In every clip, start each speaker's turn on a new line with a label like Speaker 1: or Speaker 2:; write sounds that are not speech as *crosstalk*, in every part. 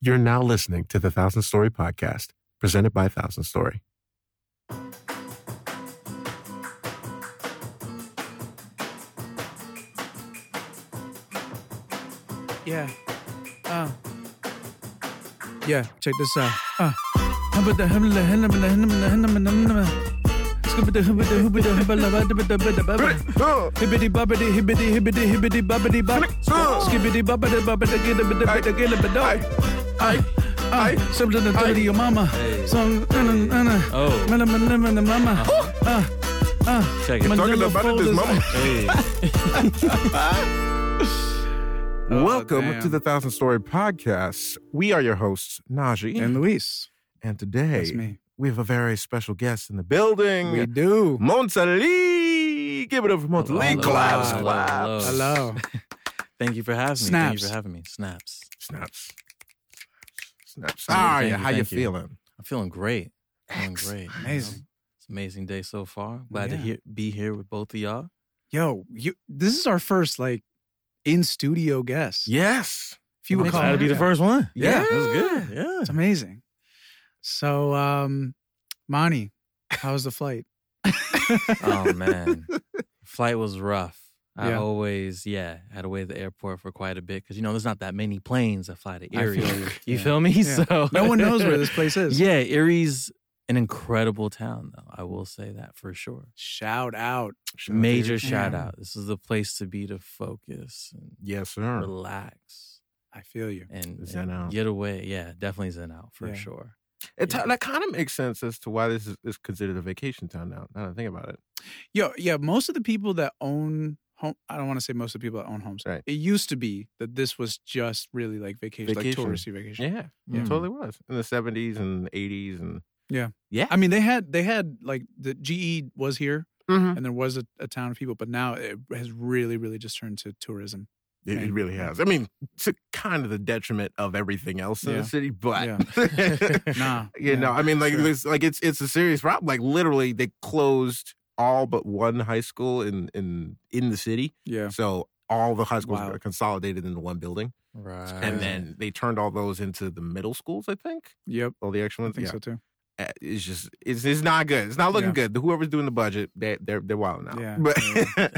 Speaker 1: You're now listening to the Thousand Story Podcast, presented by Thousand Story.
Speaker 2: Yeah. Uh. Yeah, check this out. Uh. Hibbity bobbity hibbity hibbity hibbity bobbity bop. Skibbity bobbity bobbity gibbity bobbity gibbity bop. I, I, something to tell to your mama. Some, uh, uh, uh,
Speaker 3: Oh.
Speaker 2: mama, mama, mama, mama. Uh, uh.
Speaker 3: Check it.
Speaker 2: Manila folders,
Speaker 3: Hey.
Speaker 1: Welcome
Speaker 2: damn.
Speaker 1: to the Thousand Story Podcast. We are your hosts, Najee.
Speaker 2: And Luis,
Speaker 1: and today,
Speaker 2: that's me.
Speaker 1: we have a very special guest in the building.
Speaker 2: We do.
Speaker 1: Montali. Give it up for Montali.
Speaker 3: Hello,
Speaker 1: Claps,
Speaker 3: hello,
Speaker 1: claps.
Speaker 2: Hello.
Speaker 3: Thank you for having me. Thank you
Speaker 2: Snaps.
Speaker 3: for having me. Snaps.
Speaker 1: Snaps. Snaps.
Speaker 3: Thank you,
Speaker 1: How are
Speaker 3: thank
Speaker 1: you?
Speaker 3: you,
Speaker 1: How you
Speaker 3: thank you.
Speaker 1: feeling?
Speaker 3: I'm feeling great. Feeling great.
Speaker 2: Amazing.
Speaker 3: It's an amazing day so far. Glad to
Speaker 2: Yeah.
Speaker 3: hear, be here with both of y'all.
Speaker 2: Yo, you, this is our first like in studio guest.
Speaker 1: Yes.
Speaker 2: If you
Speaker 3: I'm
Speaker 2: recall,
Speaker 3: excited to be the first one.
Speaker 2: Yeah.
Speaker 3: It was good. Yeah.
Speaker 2: It's amazing. So, um, Monty, how was the flight? *laughs*
Speaker 3: oh man flight was rough i
Speaker 2: Yeah.
Speaker 3: always yeah had to wait at the airport for quite a bit because you know there's not that many planes that fly to
Speaker 2: I
Speaker 3: erie
Speaker 2: feel you. Yeah.
Speaker 3: feel me
Speaker 2: Yeah.
Speaker 3: so
Speaker 2: *laughs* No one knows
Speaker 3: *laughs*
Speaker 2: where this place is.
Speaker 3: yeah erie's an incredible town though i will say that for sure
Speaker 2: Shout out.
Speaker 1: Shout out to
Speaker 3: major
Speaker 1: you.
Speaker 3: shout
Speaker 2: Yeah.
Speaker 3: out this is the place to be to focus and
Speaker 1: Yes, sir.
Speaker 3: relax
Speaker 2: I feel you.
Speaker 3: and,
Speaker 1: Zen
Speaker 3: and
Speaker 1: out.
Speaker 3: get away yeah definitely zen out for
Speaker 2: Yeah.
Speaker 3: sure
Speaker 1: It,
Speaker 3: Yeah.
Speaker 1: That kind of makes sense as to why this is, is considered a vacation town now. Now that I think about it.
Speaker 2: Yo, yeah, most of the people that own home, I don't want to say most of the people that own homes.
Speaker 1: Right.
Speaker 2: It used to be that this was just really like vacation,
Speaker 1: Vacation.
Speaker 2: like touristy vacation.
Speaker 1: Yeah,
Speaker 3: Yeah.
Speaker 2: Mm.
Speaker 1: it totally was in the seventies and eighties and
Speaker 2: I mean, they had, they had like the GE was here
Speaker 1: mm-hmm.
Speaker 2: and there was a, a town of people, but now it has really, really just turned to *laughs* tourism.
Speaker 1: it, it really has. I mean, to kind of the detriment of everything else in
Speaker 2: Yeah.
Speaker 1: the city, but
Speaker 2: Yeah.
Speaker 1: nah,
Speaker 2: Nah,
Speaker 1: *laughs* you
Speaker 2: yeah,
Speaker 1: know, I mean, like
Speaker 2: sure.
Speaker 1: this, like it's it's a serious problem. Like literally, they closed all but one high school in in in the city,
Speaker 2: Yeah.
Speaker 1: so. All the high schools
Speaker 2: Wow.
Speaker 1: are consolidated into one building,
Speaker 3: right
Speaker 1: and then they turned all those into the middle schools. I think
Speaker 2: Yep.
Speaker 1: all the extra
Speaker 2: I
Speaker 1: ones.
Speaker 2: think
Speaker 1: yeah.
Speaker 2: so too.
Speaker 1: uh, it's just it's it's not good. It's not looking
Speaker 2: Yeah.
Speaker 1: good. The, whoever's doing the budget, they they're they're wild now.
Speaker 2: Yeah.
Speaker 1: But
Speaker 3: Dang.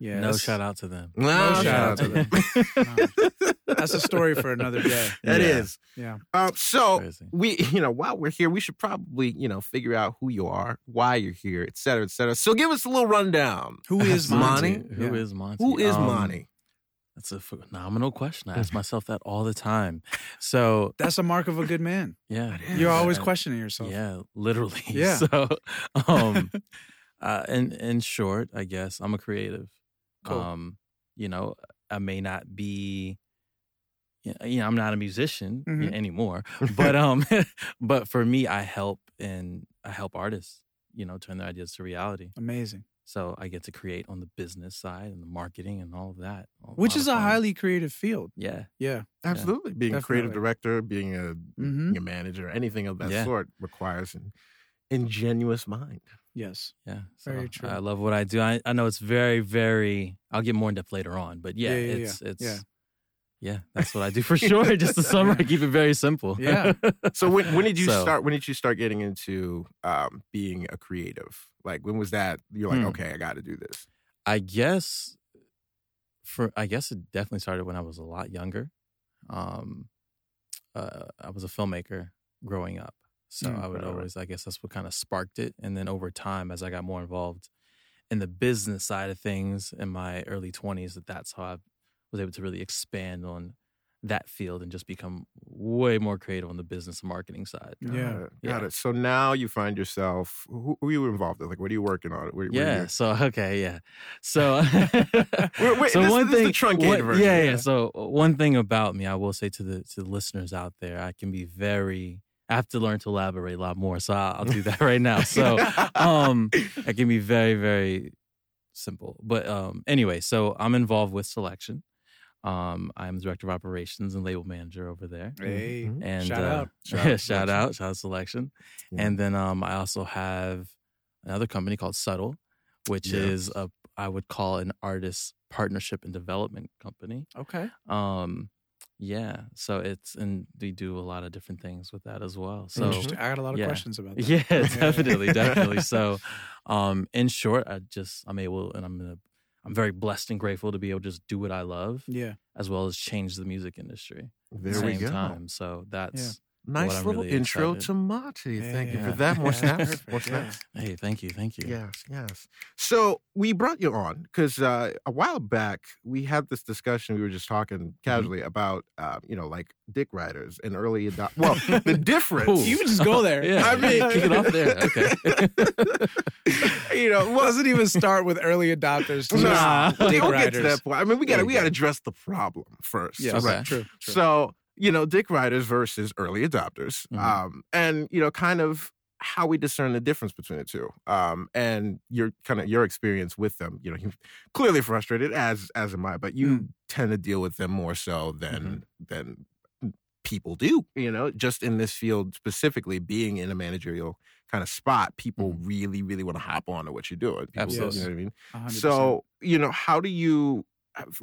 Speaker 2: Yeah.
Speaker 3: *laughs* no
Speaker 2: that's-
Speaker 3: shout out to them
Speaker 1: *laughs* no,
Speaker 2: shout out to them. *laughs* That's a
Speaker 3: *laughs*
Speaker 2: story Oh, for another day.
Speaker 1: That
Speaker 3: Yeah.
Speaker 1: is.
Speaker 2: Yeah.
Speaker 1: Uh, so
Speaker 3: Crazy.
Speaker 1: we *laughs* you know while we're here, we should probably you know figure out who you are, why you're here, et cetera, et cetera. So give us a little rundown.
Speaker 2: Who is Monty?
Speaker 1: Monty?
Speaker 3: Who
Speaker 2: Yeah.
Speaker 3: is Monty?
Speaker 1: Who is
Speaker 3: Um,
Speaker 1: Monty?
Speaker 3: That's a phenomenal question.
Speaker 2: *laughs*
Speaker 3: I ask myself that all the time. So
Speaker 2: That's a mark of a good man.
Speaker 3: yeah,
Speaker 1: It is.
Speaker 2: You're always
Speaker 3: Uh,
Speaker 2: questioning yourself.
Speaker 3: Yeah, literally. *laughs*
Speaker 2: Yeah.
Speaker 3: So,
Speaker 2: *laughs*
Speaker 3: um, uh, in in short, I guess I'm a creative.
Speaker 2: Cool.
Speaker 3: Um, you know, I may not be. You know, you know, I'm not a musician
Speaker 2: Mhm. *laughs*
Speaker 3: anymore, but um, *laughs* but for me, I help and I help artists. You know, turn their ideas to reality.
Speaker 2: Amazing.
Speaker 3: So I get to create on the business side and the marketing and all of that.
Speaker 2: Which
Speaker 3: lot
Speaker 2: is
Speaker 3: of
Speaker 2: a
Speaker 3: fun.
Speaker 2: highly creative field.
Speaker 3: yeah.
Speaker 2: Yeah.
Speaker 1: Absolutely, being a creative
Speaker 2: Definitely.
Speaker 1: director, being a
Speaker 2: Mhm.
Speaker 1: being a manager, anything of that
Speaker 3: Yeah.
Speaker 1: sort requires an ingenuous mind.
Speaker 2: Yes.
Speaker 3: Yeah,
Speaker 2: Very true.
Speaker 3: I love what I do. I, I know it's very, very. I'll get more in depth later on, but yeah,
Speaker 2: Yeah, yeah, yeah,
Speaker 3: it's it's yeah. that's what I do
Speaker 2: *laughs*
Speaker 3: for sure. Just to
Speaker 2: Yeah.
Speaker 3: summary, keep it very simple. *laughs*
Speaker 2: Yeah.
Speaker 1: So when, when did you
Speaker 3: So-
Speaker 1: start? When did you start getting into um, being a creative? Like when was that? You're like,
Speaker 3: Hmm.
Speaker 1: okay, I got to do this.
Speaker 3: I guess for I guess it definitely started when I was a lot younger. Um, uh, I was a filmmaker growing up, so
Speaker 2: Mm,
Speaker 3: I would
Speaker 1: right, right.
Speaker 3: always I guess that's what kind of sparked it. And then over time, as I got more involved in the business side of things in my early twenties, that that's how I was able to really expand on that field and just become way more creative on the business and marketing side.
Speaker 1: Got
Speaker 2: Yeah.
Speaker 1: it, got
Speaker 3: Yeah.
Speaker 1: it. So now you find yourself. Who, who are you involved with? Like, what are you working on? What- what are you-
Speaker 3: Yeah. So okay. Yeah.
Speaker 1: *laughs* Wait,
Speaker 3: So, *laughs*
Speaker 1: wait, this- this is the truncated
Speaker 3: one-
Speaker 1: version.
Speaker 3: Yeah,
Speaker 1: Yeah.
Speaker 3: yeah. So uh, one thing about me, I will say to the to the listeners out there, I can be very. I have to learn to elaborate a lot more. So I- I'll do that right now. *laughs*
Speaker 1: *laughs*
Speaker 3: So um, I can be very very simple. But um, anyway, so I'm involved with selection. Um, I'm director of operations and label manager over there.
Speaker 2: Hey.
Speaker 1: Mhm.
Speaker 3: And
Speaker 2: Shout
Speaker 3: uh, *laughs*
Speaker 2: out.
Speaker 3: shout out,
Speaker 1: Selection.
Speaker 3: shout out, selection.
Speaker 1: Yeah.
Speaker 3: And then um, I also have another company called Subtle, which
Speaker 1: Yeah.
Speaker 3: is a I would call an artist partnership and development company.
Speaker 2: Okay.
Speaker 3: Um, yeah. So it's and they do a lot of different things with that as well. So
Speaker 2: Interesting. I got a lot of
Speaker 3: yeah.
Speaker 2: questions about that.
Speaker 3: *laughs* yeah, *laughs*
Speaker 2: Yeah.
Speaker 3: definitely, definitely. So um in short, I just I'm able and I'm gonna I'm very blessed and grateful to be able to just do what I love
Speaker 2: Yeah.
Speaker 3: as well as change the music industry
Speaker 1: There
Speaker 3: at the
Speaker 1: we
Speaker 3: same
Speaker 1: go.
Speaker 3: time. So that's
Speaker 1: Nice
Speaker 3: What I'm
Speaker 1: little
Speaker 3: really
Speaker 1: intro
Speaker 3: excited-
Speaker 1: to Monty. Thank you
Speaker 3: Yeah.
Speaker 1: for that. More
Speaker 2: Yeah,
Speaker 3: *laughs*
Speaker 1: snaps.
Speaker 2: *laughs* perfect,
Speaker 1: More
Speaker 2: yeah.
Speaker 1: snaps.
Speaker 3: hey, thank you, thank you.
Speaker 1: Yes, yes. So we brought you on because uh, a while back we had this discussion. We were just
Speaker 3: Mm-hmm.
Speaker 1: talking casually about, uh, you know, like dick riders and early adopt. Well,
Speaker 3: *laughs*
Speaker 1: the difference.
Speaker 3: Ooh.
Speaker 2: You can just go there.
Speaker 3: *laughs* Yeah,
Speaker 1: I mean-
Speaker 3: kick it off there.
Speaker 2: *laughs*
Speaker 3: Okay.
Speaker 1: you know,
Speaker 2: Well,
Speaker 1: well,
Speaker 2: doesn't even start with early adopters.
Speaker 1: *laughs*
Speaker 2: just
Speaker 1: nah, we'll
Speaker 2: dick
Speaker 1: get to
Speaker 2: riders.
Speaker 1: that point. I mean, we got to
Speaker 2: There
Speaker 1: we
Speaker 2: you
Speaker 1: got to
Speaker 2: go.
Speaker 1: address the problem first.
Speaker 2: Yes,
Speaker 3: Okay.
Speaker 2: right. True. true.
Speaker 1: So, you know, dick riders versus early adopters.
Speaker 2: Mm-hmm.
Speaker 3: Mhm.
Speaker 1: Um, and, you know, kind of how we discern the difference between the two. Um, and your kind of your experience with them. You know, you're clearly frustrated as as am I, but
Speaker 2: Mm.
Speaker 1: you tend to deal with them more so than
Speaker 2: Mm-hmm.
Speaker 1: than people do, you know, just in this field specifically, being in a managerial kind of spot, people
Speaker 2: Mm-hmm.
Speaker 1: really, really want to hop on to what you're doing. People,
Speaker 3: Absolutely.
Speaker 1: You know what I mean?
Speaker 2: 100%.
Speaker 1: So, you know, how do you,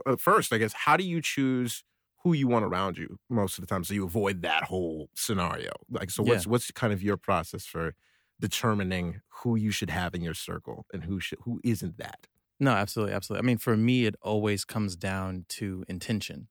Speaker 1: uh, first, I guess, how do you choose who you want around you most of the time so you avoid that whole scenario? Like, so what's, what's kind of your process for determining who you should have in your circle and who should, who isn't that?
Speaker 3: *laughs* No, absolutely, absolutely. I mean, for me, it always comes down to intention,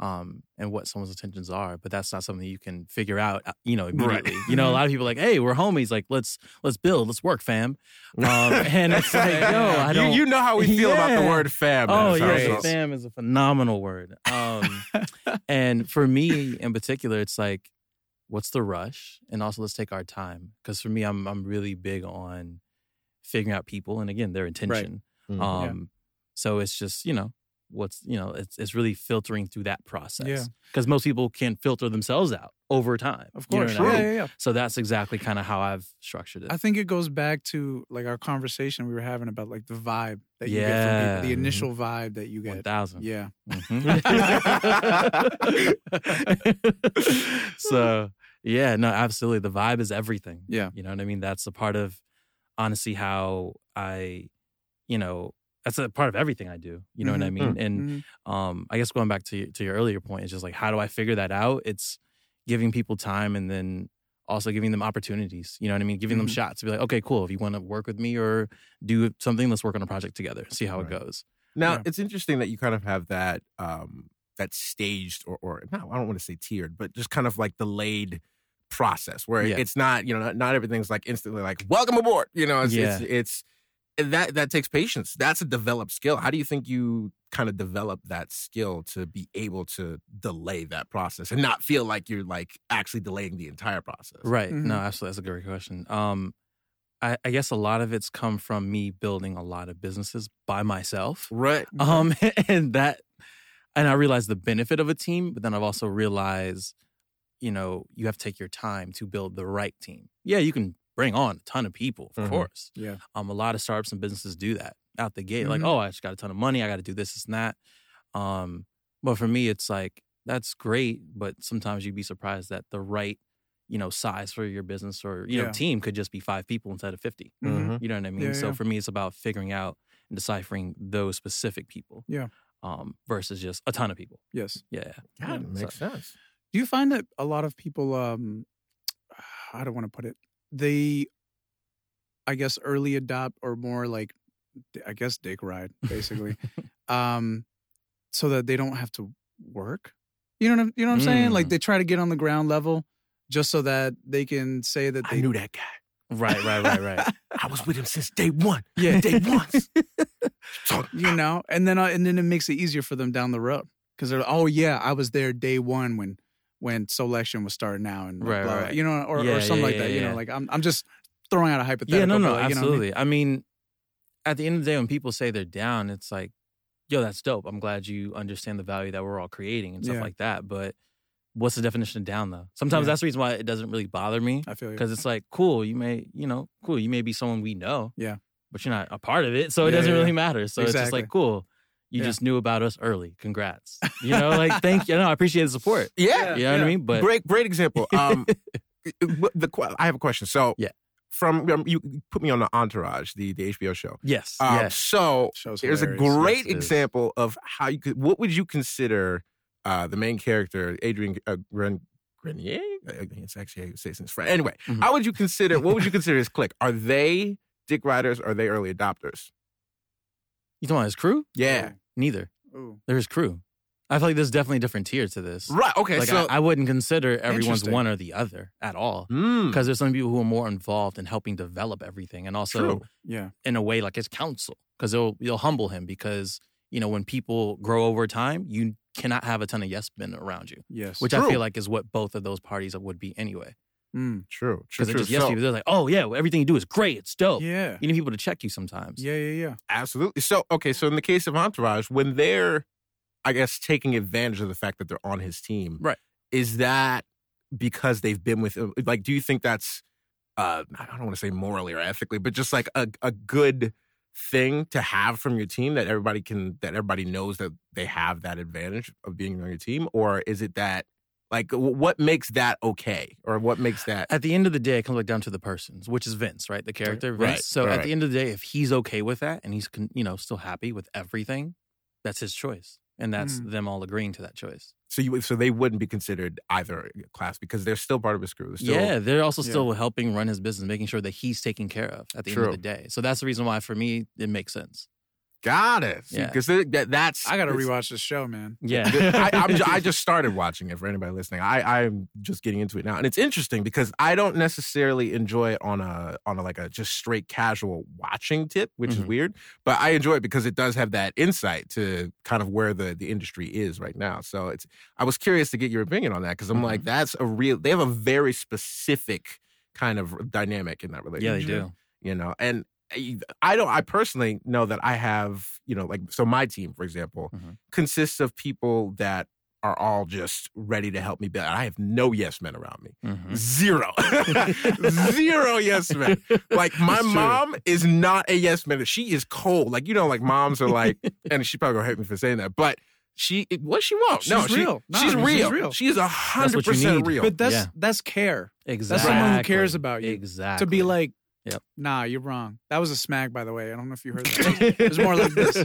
Speaker 3: um, and what someone's intentions are. But that's not something you can figure out, uh, you know, immediately. You know, a lot of people are like, hey, we're homies. Like, let's let's build, let's work, fam. Um, and it's like,
Speaker 1: *laughs*
Speaker 3: yo, I
Speaker 1: You-
Speaker 3: don't.
Speaker 1: you, know how we feel about the
Speaker 3: Yeah.
Speaker 1: word fam. in
Speaker 3: oh
Speaker 1: this
Speaker 3: yeah,
Speaker 1: household.
Speaker 3: fam is a phenomenal word. Um, *laughs* and for me in particular, it's like, what's the rush? And also, let's take our time. Because for me, I'm I'm really big on figuring out people and again their intention.
Speaker 1: Mhm.
Speaker 2: Mm, Yeah.
Speaker 3: Um, So it's just you know what's you know it's it's really filtering through that process.
Speaker 2: Yeah.
Speaker 3: Because most people can filter themselves out over time.
Speaker 2: of
Speaker 3: you know
Speaker 2: course.
Speaker 3: what I
Speaker 2: yeah,
Speaker 3: mean?
Speaker 2: yeah, yeah.
Speaker 3: So that's exactly kind of how I've structured it.
Speaker 2: I think it goes back to like our conversation we were having about like the vibe that you get from
Speaker 3: Yeah.
Speaker 2: people, the initial vibe that you
Speaker 3: One
Speaker 2: get.
Speaker 3: thousand. Mm-hmm.
Speaker 2: Yeah.
Speaker 3: Mhm. *laughs* so yeah, no, absolutely. The vibe is everything.
Speaker 2: Yeah.
Speaker 3: You know what I mean? That's a part of honestly how I, you know, that's a part of everything I do. You know what I
Speaker 2: Mhm.
Speaker 3: mean? And
Speaker 1: Mm-hmm.
Speaker 2: Mhm.
Speaker 3: um i guess going back to, y- to your earlier point it's just like how do i figure that out it's giving people time and then also giving them opportunities you know what i mean giving them
Speaker 2: Mhm.
Speaker 3: shots to be like okay cool if you want to work with me or do something let's work on a project together see how
Speaker 1: Right.
Speaker 3: it goes
Speaker 1: Now
Speaker 2: Yeah.
Speaker 1: it's interesting that you kind of have that um that staged or or no, I don't want to say tiered, but just kind of like delayed process where
Speaker 3: Yeah.
Speaker 1: it's not you know not, not everything's like instantly like welcome aboard you know it's it's,
Speaker 3: Yeah.
Speaker 1: it's and that that takes patience that's a developed skill how do you think you kind of develop that skill to be able to delay that process and not feel like you're like actually delaying the entire process
Speaker 3: right no
Speaker 2: Mhm.
Speaker 3: absolutely that's a great question um I, I guess a lot of it's come from me building a lot of businesses by myself
Speaker 1: right
Speaker 2: Mm-hmm.
Speaker 3: Um, *laughs* and that, and I realized the benefit of a team, but then I've also realized, you know, you have to take your time to build the right team. Yeah, you can bring on a ton of people, of
Speaker 1: Mhm.
Speaker 3: course.
Speaker 2: Mm-hmm. Yeah.
Speaker 3: Um, a lot of startups and businesses do that out the gate. Like,
Speaker 2: Mhm.
Speaker 3: oh, I just got a ton of money. I got to do this, this, and that. Um, but for me, it's like that's great, but sometimes you'd be surprised that the right, you know, size for your business or you know
Speaker 2: Yeah.
Speaker 3: team could just be five people instead of fifty.
Speaker 1: Mm-hmm.
Speaker 2: Mhm.
Speaker 3: You know what I mean?
Speaker 2: Yeah,
Speaker 3: so
Speaker 2: yeah.
Speaker 3: for me, it's about figuring out and deciphering those specific people.
Speaker 2: Yeah.
Speaker 3: Um, versus just a ton of people.
Speaker 2: Yes.
Speaker 3: Yeah.
Speaker 1: God, it makes sense
Speaker 2: Do you find that a lot of people, um, *sighs* I don't want to put it, they, I guess, early adopt or more like, I guess, dick ride,
Speaker 1: *laughs*
Speaker 2: basically, um, so that they don't have to work. You know what I'm, you know what I'm saying? Like
Speaker 3: Mm.
Speaker 2: they try to get on the ground level just so that they can say that
Speaker 1: i
Speaker 2: they
Speaker 1: knew that guy
Speaker 3: Right, right, right,
Speaker 2: *laughs*
Speaker 3: right.
Speaker 1: i was with him since day one *laughs*
Speaker 2: Yeah.
Speaker 1: day
Speaker 2: *laughs*
Speaker 1: one
Speaker 3: *laughs*
Speaker 1: Talk-
Speaker 2: you know, and then I- and then it makes it easier for them down the road because they're oh yeah, I was there day one when when selection was starting out and
Speaker 3: Right,
Speaker 2: blah, blah,
Speaker 3: right.
Speaker 2: you know, or,
Speaker 3: Yeah,
Speaker 2: or something
Speaker 3: yeah,
Speaker 2: like
Speaker 3: yeah,
Speaker 2: that. you
Speaker 3: yeah.
Speaker 2: know, like I'm I'm just throwing out a hypothetical.
Speaker 3: yeah, no, no,
Speaker 2: but, like, you know what I mean?
Speaker 3: absolutely. I mean? at the end of the day, when people say they're down, it's like, yo, that's dope. I'm glad you understand the value that we're all creating and stuff
Speaker 2: Yeah.
Speaker 3: like that. But what's the definition of down though? Sometimes
Speaker 2: Yeah.
Speaker 3: that's the reason why it doesn't really bother me.
Speaker 2: I feel you.
Speaker 3: Because it's like, cool, you may, you know, cool, you may be someone we know.
Speaker 2: Yeah.
Speaker 3: But you're not a part of it. So it
Speaker 2: Yeah,
Speaker 3: doesn't
Speaker 2: yeah,
Speaker 3: really
Speaker 2: yeah.
Speaker 3: matter. So it's just
Speaker 2: Exactly.
Speaker 3: like, cool, you
Speaker 2: Yeah.
Speaker 3: just knew about us early. Congrats. You know, like, thank you. No, I appreciate the support.
Speaker 1: yeah
Speaker 3: you know what I
Speaker 2: yeah.
Speaker 3: mean? But
Speaker 1: great, great example.
Speaker 3: *laughs*
Speaker 1: Um, it- it- the que- I have a question. So
Speaker 3: Yeah.
Speaker 1: from um, you put me on the Entourage, the the HBO show.
Speaker 3: yes.
Speaker 1: Um,
Speaker 3: yes.
Speaker 1: So
Speaker 2: Show's
Speaker 1: there's a
Speaker 2: hilarious.
Speaker 1: great
Speaker 3: Yes, it is.
Speaker 1: example of how you could. What would you consider uh, the main character, Adrian uh, Gren- Grenier. I think It's actually how you say it in French. Anyway,
Speaker 3: Mhm.
Speaker 1: how would you consider? What
Speaker 3: *laughs*
Speaker 1: would you consider his clique? Are they dick riders? Are they early adopters?
Speaker 3: You talking about his crew?
Speaker 1: Yeah.
Speaker 3: Neither.
Speaker 2: Ooh.
Speaker 3: They're his crew. I feel like there's definitely a different tier to this.
Speaker 1: Right. Okay.
Speaker 3: Like
Speaker 1: so,
Speaker 3: I, I wouldn't consider everyone's
Speaker 2: Interesting.
Speaker 3: one or the other at all.
Speaker 1: Mm,
Speaker 3: Because there's some people who are more involved in helping develop everything and also
Speaker 1: true.
Speaker 2: Yeah.
Speaker 3: in a way like his counsel. Because it'll you'll humble him because, you know, when people grow over time, you cannot have a ton of yes men around you.
Speaker 2: Yes.
Speaker 3: Which I
Speaker 1: True.
Speaker 3: feel like is what both of those parties would be anyway.
Speaker 2: Mm.
Speaker 1: True. True.
Speaker 3: Because it
Speaker 1: True.
Speaker 3: just yes
Speaker 1: So-
Speaker 3: people, they're like, oh yeah, well, everything you do is great, it's dope.
Speaker 2: Yeah.
Speaker 3: You need people to check you sometimes.
Speaker 2: Yeah. Yeah. Yeah.
Speaker 1: Absolutely. So, okay, so in the case of Entourage, when they're, I guess, taking advantage of the fact that they're on his team,
Speaker 3: Right.
Speaker 1: Is that because they've been with him? Like, do you think that's, uh, I don't want to say morally or ethically, but just like a, a good thing to have from your team that everybody can, that everybody knows that they have that advantage of being on your team? Or is it that, like, wh- what makes that okay? Or what makes that,
Speaker 3: At the end of the day, it comes back down to the persons, which is Vince, right? The character Vince.
Speaker 1: Right,
Speaker 3: So at
Speaker 1: right.
Speaker 3: the end of the day, if he's okay with that and he's con- you know still happy with everything, that's his choice, and that's
Speaker 2: Mm.
Speaker 3: them all agreeing to that choice.
Speaker 1: so you, so they wouldn't be considered either class because they're still part of his crew. They're still,
Speaker 3: yeah, they're also
Speaker 2: Yeah.
Speaker 3: still helping run his business, making sure that he's taken care of at the end of the
Speaker 1: True.
Speaker 3: day. So that's the reason why for me it makes sense.
Speaker 1: Got it.
Speaker 3: Yeah.
Speaker 1: Because that, that's
Speaker 2: I gotta
Speaker 1: it's-
Speaker 2: rewatch this show, man.
Speaker 3: Yeah, *laughs*
Speaker 1: I, I'm, ju- I just started watching it for anybody listening. I I'm just getting into it now, and it's interesting because I don't necessarily enjoy it on a on a, like a just straight casual watching tip, which is
Speaker 3: Mhm.
Speaker 1: weird. But I enjoy it because it does have that insight to kind of where the the industry is right now. So it's I was curious to get your opinion on that because I'm like that's a real. They have a very specific kind of dynamic in that
Speaker 3: yeah,
Speaker 1: relationship
Speaker 3: they do.
Speaker 1: you know and I- i don't i personally know that i have you know like so my team for example
Speaker 2: Mm-hmm.
Speaker 3: Mhm.
Speaker 1: consists of people that are all just ready to help me but i have no yes men around me
Speaker 2: Mm. *laughs*
Speaker 3: Mhm.
Speaker 1: zero zero yes men like my
Speaker 3: It's true.
Speaker 1: mom is not a yes man she is cold like you know like moms are
Speaker 2: *laughs*
Speaker 1: like and she probably gonna hate me for saying that but she it- what she won't no
Speaker 2: She's
Speaker 1: she-
Speaker 2: real. No,
Speaker 1: she's
Speaker 2: I mean, she's
Speaker 1: real
Speaker 2: real.
Speaker 1: she is a hundred
Speaker 3: what you
Speaker 1: percent
Speaker 3: need.
Speaker 1: real
Speaker 2: But *laughs* that's
Speaker 3: Yeah.
Speaker 2: that's care
Speaker 3: Exactly.
Speaker 2: someone who cares about you. To be
Speaker 3: Exactly.
Speaker 2: to be like,
Speaker 3: Yep.
Speaker 2: nah, you're wrong. That was a smack, by the way. I don't know if you heard
Speaker 3: *laughs*
Speaker 2: that. it was more like this.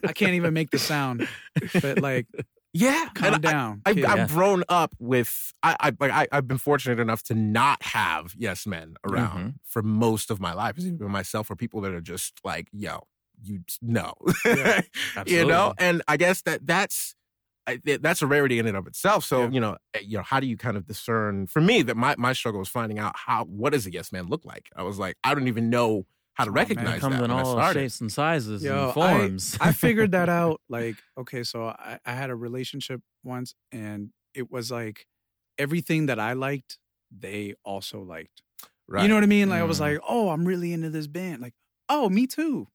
Speaker 2: *laughs* I can't even make the sound, but like,
Speaker 1: yeah
Speaker 2: calm
Speaker 1: and I-
Speaker 2: down.
Speaker 1: I've,
Speaker 2: kid.
Speaker 3: Yeah.
Speaker 1: I've grown up with I, I like I, I've been fortunate enough to not have yes men around
Speaker 2: Mm-hmm.
Speaker 1: for most of my life, It's even myself or people that are just like, yo, you no,
Speaker 2: Yeah,
Speaker 1: *laughs* you know.
Speaker 3: Absolutely.
Speaker 1: And I guess that that's I- th- that's a rarity in and of itself. So
Speaker 2: Yeah.
Speaker 1: you know, eh, you know, how do you kind of discern? For me, that my my struggle was finding out how what does a yes man look like. I was like, I don't even know how to
Speaker 2: Oh, man.
Speaker 1: recognize
Speaker 3: It comes
Speaker 1: that when
Speaker 3: in
Speaker 1: I
Speaker 3: all
Speaker 1: started.
Speaker 3: shapes and sizes
Speaker 2: Yo, I-
Speaker 3: and forms.
Speaker 2: I figured *laughs* that out. Like, okay, so I, I had a relationship once, and it was like everything that I liked, they also liked.
Speaker 1: right.
Speaker 2: You know what I mean? Like, I was
Speaker 3: Mm.
Speaker 2: like, oh, I'm really into this band. Like, oh, me too.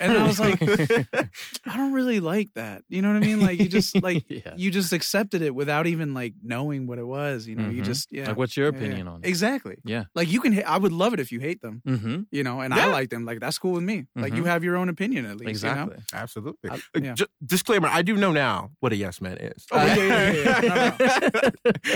Speaker 2: And I was
Speaker 1: *laughs*
Speaker 2: like, *laughs* I don't really like that. You know what I mean? Like, you
Speaker 3: *laughs*
Speaker 2: just like
Speaker 3: yeah.
Speaker 2: you just accepted it without even like knowing what it was. You know, you
Speaker 3: Mhm.
Speaker 2: just yeah.
Speaker 3: Like, what's your
Speaker 2: Yeah, yeah.
Speaker 3: opinion on it?
Speaker 2: Exactly.
Speaker 3: Yeah.
Speaker 2: Like you can. ha- I would love it if you hate them.
Speaker 3: Mm-hmm.
Speaker 2: You know, and I
Speaker 1: Yeah.
Speaker 2: like them. Like that's cool with me. Like you have your own opinion at least. you know?
Speaker 3: Exactly.
Speaker 1: Absolutely.
Speaker 2: I-
Speaker 1: Uh,
Speaker 2: yeah.
Speaker 1: ju- disclaimer: I do know now what a yes man is.
Speaker 2: Oh, yeah, yeah, yeah, yeah.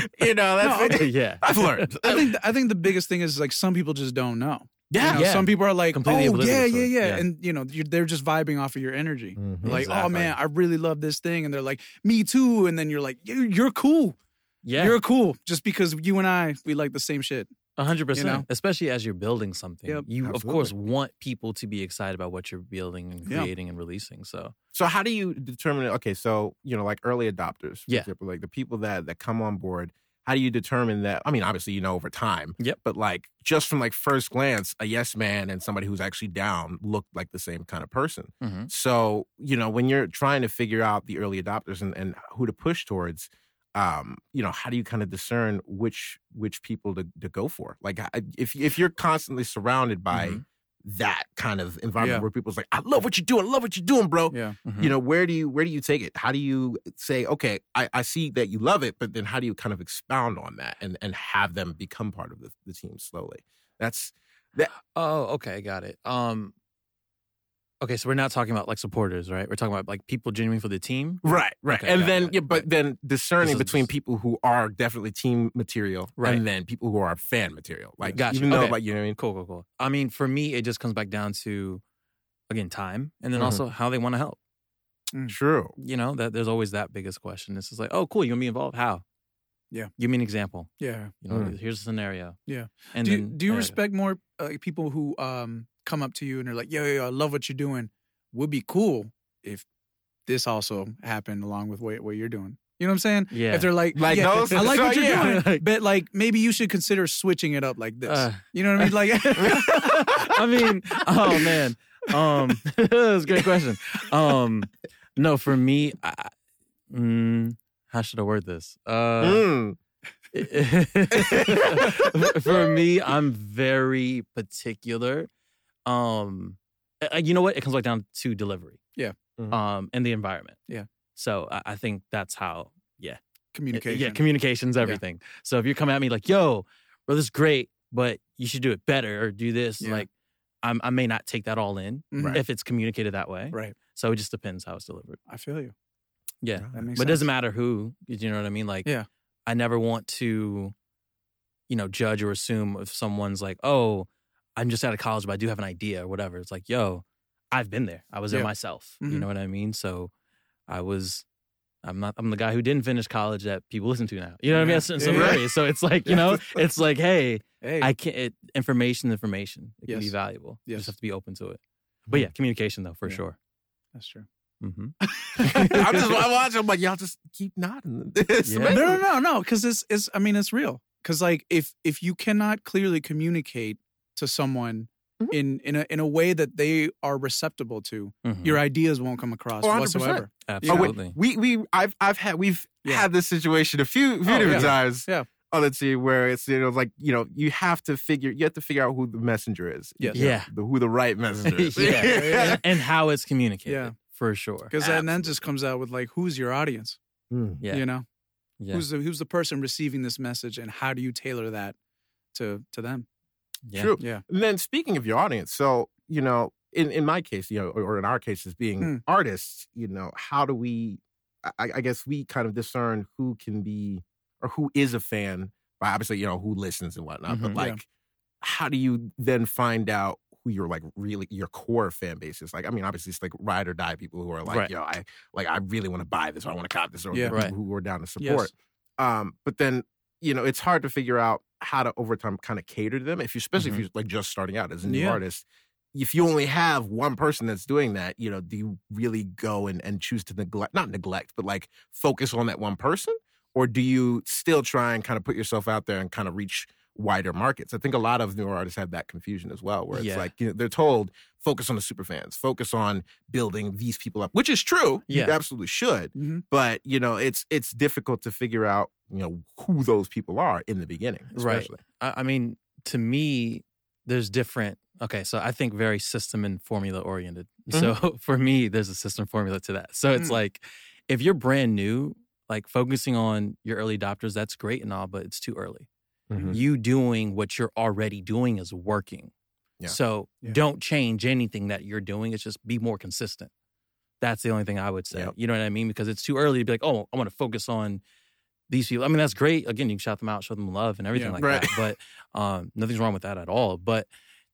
Speaker 3: *laughs*
Speaker 1: you know, that's
Speaker 2: No,
Speaker 1: it.
Speaker 3: yeah.
Speaker 1: *laughs* I've learned.
Speaker 2: I think I think the biggest thing is like some people just don't know. You know,
Speaker 3: Yeah.
Speaker 2: Some people are like,
Speaker 3: Completely
Speaker 2: oh
Speaker 3: oblivious
Speaker 2: yeah,
Speaker 3: to
Speaker 2: yeah,
Speaker 3: it.
Speaker 2: yeah,
Speaker 3: Yeah. Mm-hmm.
Speaker 2: and you know you're, they're just vibing off of your energy.
Speaker 1: Mhm.
Speaker 2: Like, oh
Speaker 1: Exactly.
Speaker 2: man, I really love this thing, and they're like, me too, and then you're like, you- you're cool,
Speaker 3: Yeah.
Speaker 2: you're cool, just because you and I we like the same shit.
Speaker 3: A hundred
Speaker 2: You know?
Speaker 3: percent. Especially as you're building something,
Speaker 2: Yep.
Speaker 3: you
Speaker 1: Absolutely.
Speaker 3: of course want people to be excited about what you're building and
Speaker 2: Yeah.
Speaker 3: creating and releasing. So
Speaker 1: So how do you determine? Okay, so you know, like early adopters, for
Speaker 3: Yeah.
Speaker 1: example, like the people that that come on board. How do you determine that? I mean, obviously, you know over time.
Speaker 3: Yep.
Speaker 1: But like just from like first glance, a yes man and somebody who's actually down look like the same kind of person.
Speaker 3: mhm.
Speaker 1: So, you know, when you're trying to figure out the early adopters and, and who to push towards, um, you know, how do you kind of discern which which people to, to go for? Like I- if if you're constantly surrounded by
Speaker 3: Mhm.
Speaker 1: that kind of environment
Speaker 2: Yeah.
Speaker 1: where people's like, I love what you do, I love what you're doing, bro.
Speaker 2: Yeah,
Speaker 3: Mhm.
Speaker 1: You know, where do you where do you take it? How do you say, okay, I, I see that you love it, but then how do you kind of expound on that and and have them become part of the, the team slowly? That's
Speaker 3: Oh, okay, got it. Um Okay, so we're not talking about like supporters, right? We're talking about like people genuine for the team.
Speaker 1: Right, right.
Speaker 3: Okay,
Speaker 1: and
Speaker 3: got
Speaker 1: then,
Speaker 3: that,
Speaker 1: yeah, but
Speaker 3: right.
Speaker 1: then discerning
Speaker 3: This is-
Speaker 1: between people who are definitely team material
Speaker 3: Right.
Speaker 1: and then people who are fan material. Like,
Speaker 3: Gotcha.
Speaker 1: even though,
Speaker 3: Okay.
Speaker 1: like, you know what I mean?
Speaker 3: Cool, cool, cool. I mean, for me, it just comes back down to again time and then
Speaker 2: Mm-hmm.
Speaker 1: Mhm.
Speaker 3: also how they want to help.
Speaker 1: True.
Speaker 3: you know that there's always that biggest question it's just like oh cool you're gonna be involved how
Speaker 2: Yeah.
Speaker 3: give me an example
Speaker 2: Yeah.
Speaker 3: you know
Speaker 1: Mm.
Speaker 3: here's a scenario
Speaker 2: Yeah.
Speaker 3: and
Speaker 2: do you,
Speaker 3: then,
Speaker 2: do you
Speaker 3: uh,
Speaker 2: respect more uh, people who um, come up to you and are like, yo, yo, yo, I love what you're doing. Would be cool if this also happened along with what, what you're doing. You know what I'm saying?
Speaker 3: yeah
Speaker 2: If they're like,
Speaker 1: Like
Speaker 2: yeah,
Speaker 1: those?
Speaker 2: I like
Speaker 1: So,
Speaker 2: what you're
Speaker 1: *laughs* yeah.
Speaker 2: doing, but like maybe you should consider switching it up like this. *laughs*
Speaker 3: Uh,
Speaker 2: you know what I mean?
Speaker 3: *laughs*
Speaker 2: Like,
Speaker 3: I mean, oh man, um, *laughs* that's a great question. Um, no, for me, I, mm, how should I word this? Uh,
Speaker 1: Mm.
Speaker 2: Mm.
Speaker 3: *laughs* for me, I'm very particular. Um, uh, you know what? It comes back down to delivery.
Speaker 2: Yeah.
Speaker 1: Mhm.
Speaker 3: Um, and the environment.
Speaker 2: Yeah.
Speaker 3: So I, I think that's how
Speaker 2: *laughs* communication.
Speaker 3: Uh, yeah, communication's everything. So if you come at me like, "Yo, bro, this is great, but you should do it better or do this,"
Speaker 2: Yeah.
Speaker 3: like, I'm, I may not take that all in
Speaker 2: Mhm.
Speaker 1: Right.
Speaker 3: if it's communicated that way.
Speaker 2: Right.
Speaker 3: So it just depends how it's delivered.
Speaker 2: I feel you.
Speaker 3: Yeah,
Speaker 2: That makes
Speaker 3: but it
Speaker 2: sense.
Speaker 3: doesn't matter who. You know what I mean? Like,
Speaker 2: Yeah.
Speaker 3: I never want to, you know, judge or assume if someone's like, "Oh, I'm just out of college, but I do have an idea or whatever." It's like, "Yo, I've been there. I was there
Speaker 2: Yeah.
Speaker 3: myself." You
Speaker 2: Mhm.
Speaker 3: know what I mean? So, I was. I'm not. I'm the guy who didn't finish college that people listen to now. You know what I
Speaker 2: Yeah.
Speaker 3: mean? That's in some
Speaker 2: Yeah.
Speaker 3: way. So it's like
Speaker 2: *laughs*
Speaker 3: you know, it's like, hey,
Speaker 2: Hey,
Speaker 3: I can't. It, information, information. It can be
Speaker 2: Yes.
Speaker 3: valuable. You
Speaker 2: Yes. Mm-hmm.
Speaker 3: just have to be open to it. But yeah, communication though, for
Speaker 2: Yeah.
Speaker 3: sure.
Speaker 2: that's
Speaker 3: *laughs*
Speaker 2: true. *laughs*
Speaker 3: Mm-hmm.
Speaker 1: *laughs* I'm just
Speaker 3: *laughs*
Speaker 1: I watch. I'm like, y'all just keep nodding. *laughs* It's
Speaker 3: Yeah.
Speaker 1: amazing.
Speaker 2: No, no, no, no. Because it's, it's. I mean, it's real. Because like, if if you cannot clearly communicate to someone
Speaker 3: Mm-hmm.
Speaker 1: Mhm.
Speaker 2: in in a in a way that they are receptible to,
Speaker 3: Mhm.
Speaker 2: your ideas won't come across
Speaker 1: Oh, 100%.
Speaker 2: whatsoever. Oh,
Speaker 1: wait.
Speaker 3: Absolutely.
Speaker 1: we we I've I've had we've
Speaker 2: Yeah.
Speaker 1: had this situation a few few
Speaker 2: Oh,
Speaker 1: different
Speaker 2: yeah.
Speaker 1: times.
Speaker 2: Yeah.
Speaker 1: On the team where it's you know like you know you have to figure you have to figure out who the messenger is.
Speaker 2: Yes.
Speaker 1: You know,
Speaker 3: Yeah.
Speaker 1: the, who the right messenger
Speaker 3: *laughs*
Speaker 1: *laughs* is.
Speaker 3: Yeah,
Speaker 2: yeah.
Speaker 3: and how it's communicated.
Speaker 2: Yeah.
Speaker 3: For sure.
Speaker 2: Because then that just comes out with like, who's your audience?
Speaker 1: Mm.
Speaker 3: Yeah.
Speaker 2: You know,
Speaker 3: Yeah.
Speaker 2: who's the who's the person receiving this message, and how do you tailor that to to them?
Speaker 3: yeah.
Speaker 1: True.
Speaker 2: Yeah.
Speaker 1: And then speaking of your audience, so you know, in in my case, you know, or in our cases, being
Speaker 2: Hmm.
Speaker 1: artists, you know, how do we? I, I guess we kind of discern who can be or who is a fan by obviously you know who listens and whatnot, but
Speaker 3: Mhm.
Speaker 1: like,
Speaker 2: Mm-hmm, Yeah.
Speaker 1: how do you then find out? Who your like really your core fan base is like? I mean, obviously it's like ride or die people who are like,
Speaker 3: Right.
Speaker 1: yo, I like I really want to buy this or I want to cop this or
Speaker 2: Yeah.
Speaker 1: people
Speaker 3: Right.
Speaker 1: who are down to support.
Speaker 2: Yes.
Speaker 1: Um, but then you know, it's hard to figure out how to over time kind of cater to them. If you, especially
Speaker 3: Mhm.
Speaker 1: if you're like just starting out as a new
Speaker 2: Yeah.
Speaker 1: artist, if you only have one person that's doing that, you know, do you really go and, and choose to neglect, not neglect, but like focus on that one person? Or do you still try and kind of put yourself out there and kind of reach wider markets? I think a lot of newer artists have that confusion as well, where it's
Speaker 3: Yeah.
Speaker 1: like, you know, they're told focus on the super fans, focus on building these people up, which is true. You
Speaker 3: Yeah.
Speaker 1: absolutely should
Speaker 2: Mm-hmm.
Speaker 1: but you know it's it's difficult to figure out you know who those people are in the beginning
Speaker 3: Right.
Speaker 1: especially
Speaker 3: I, I mean, to me, there's different. Okay, so I think very system and formula oriented. So *laughs* for me, there's a system formula to that. So it's
Speaker 2: Mm.
Speaker 3: like if you're brand new, like focusing on your early adopters, that's great and all, but it's too early.
Speaker 1: *laughs* Mhm.
Speaker 3: You doing what you're already doing is working.
Speaker 1: Yeah.
Speaker 3: So
Speaker 2: Yeah.
Speaker 3: don't change anything that you're doing. It's just be more consistent. That's the only thing I would say.
Speaker 1: Yep.
Speaker 3: You know what I mean? Because it's too early to be like, oh, I want to focus on these people. I mean, that's great. Again, you can shout them out, show them love and everything
Speaker 2: Yeah.
Speaker 3: like
Speaker 1: Right.
Speaker 3: that. But um, nothing's wrong with that at all. But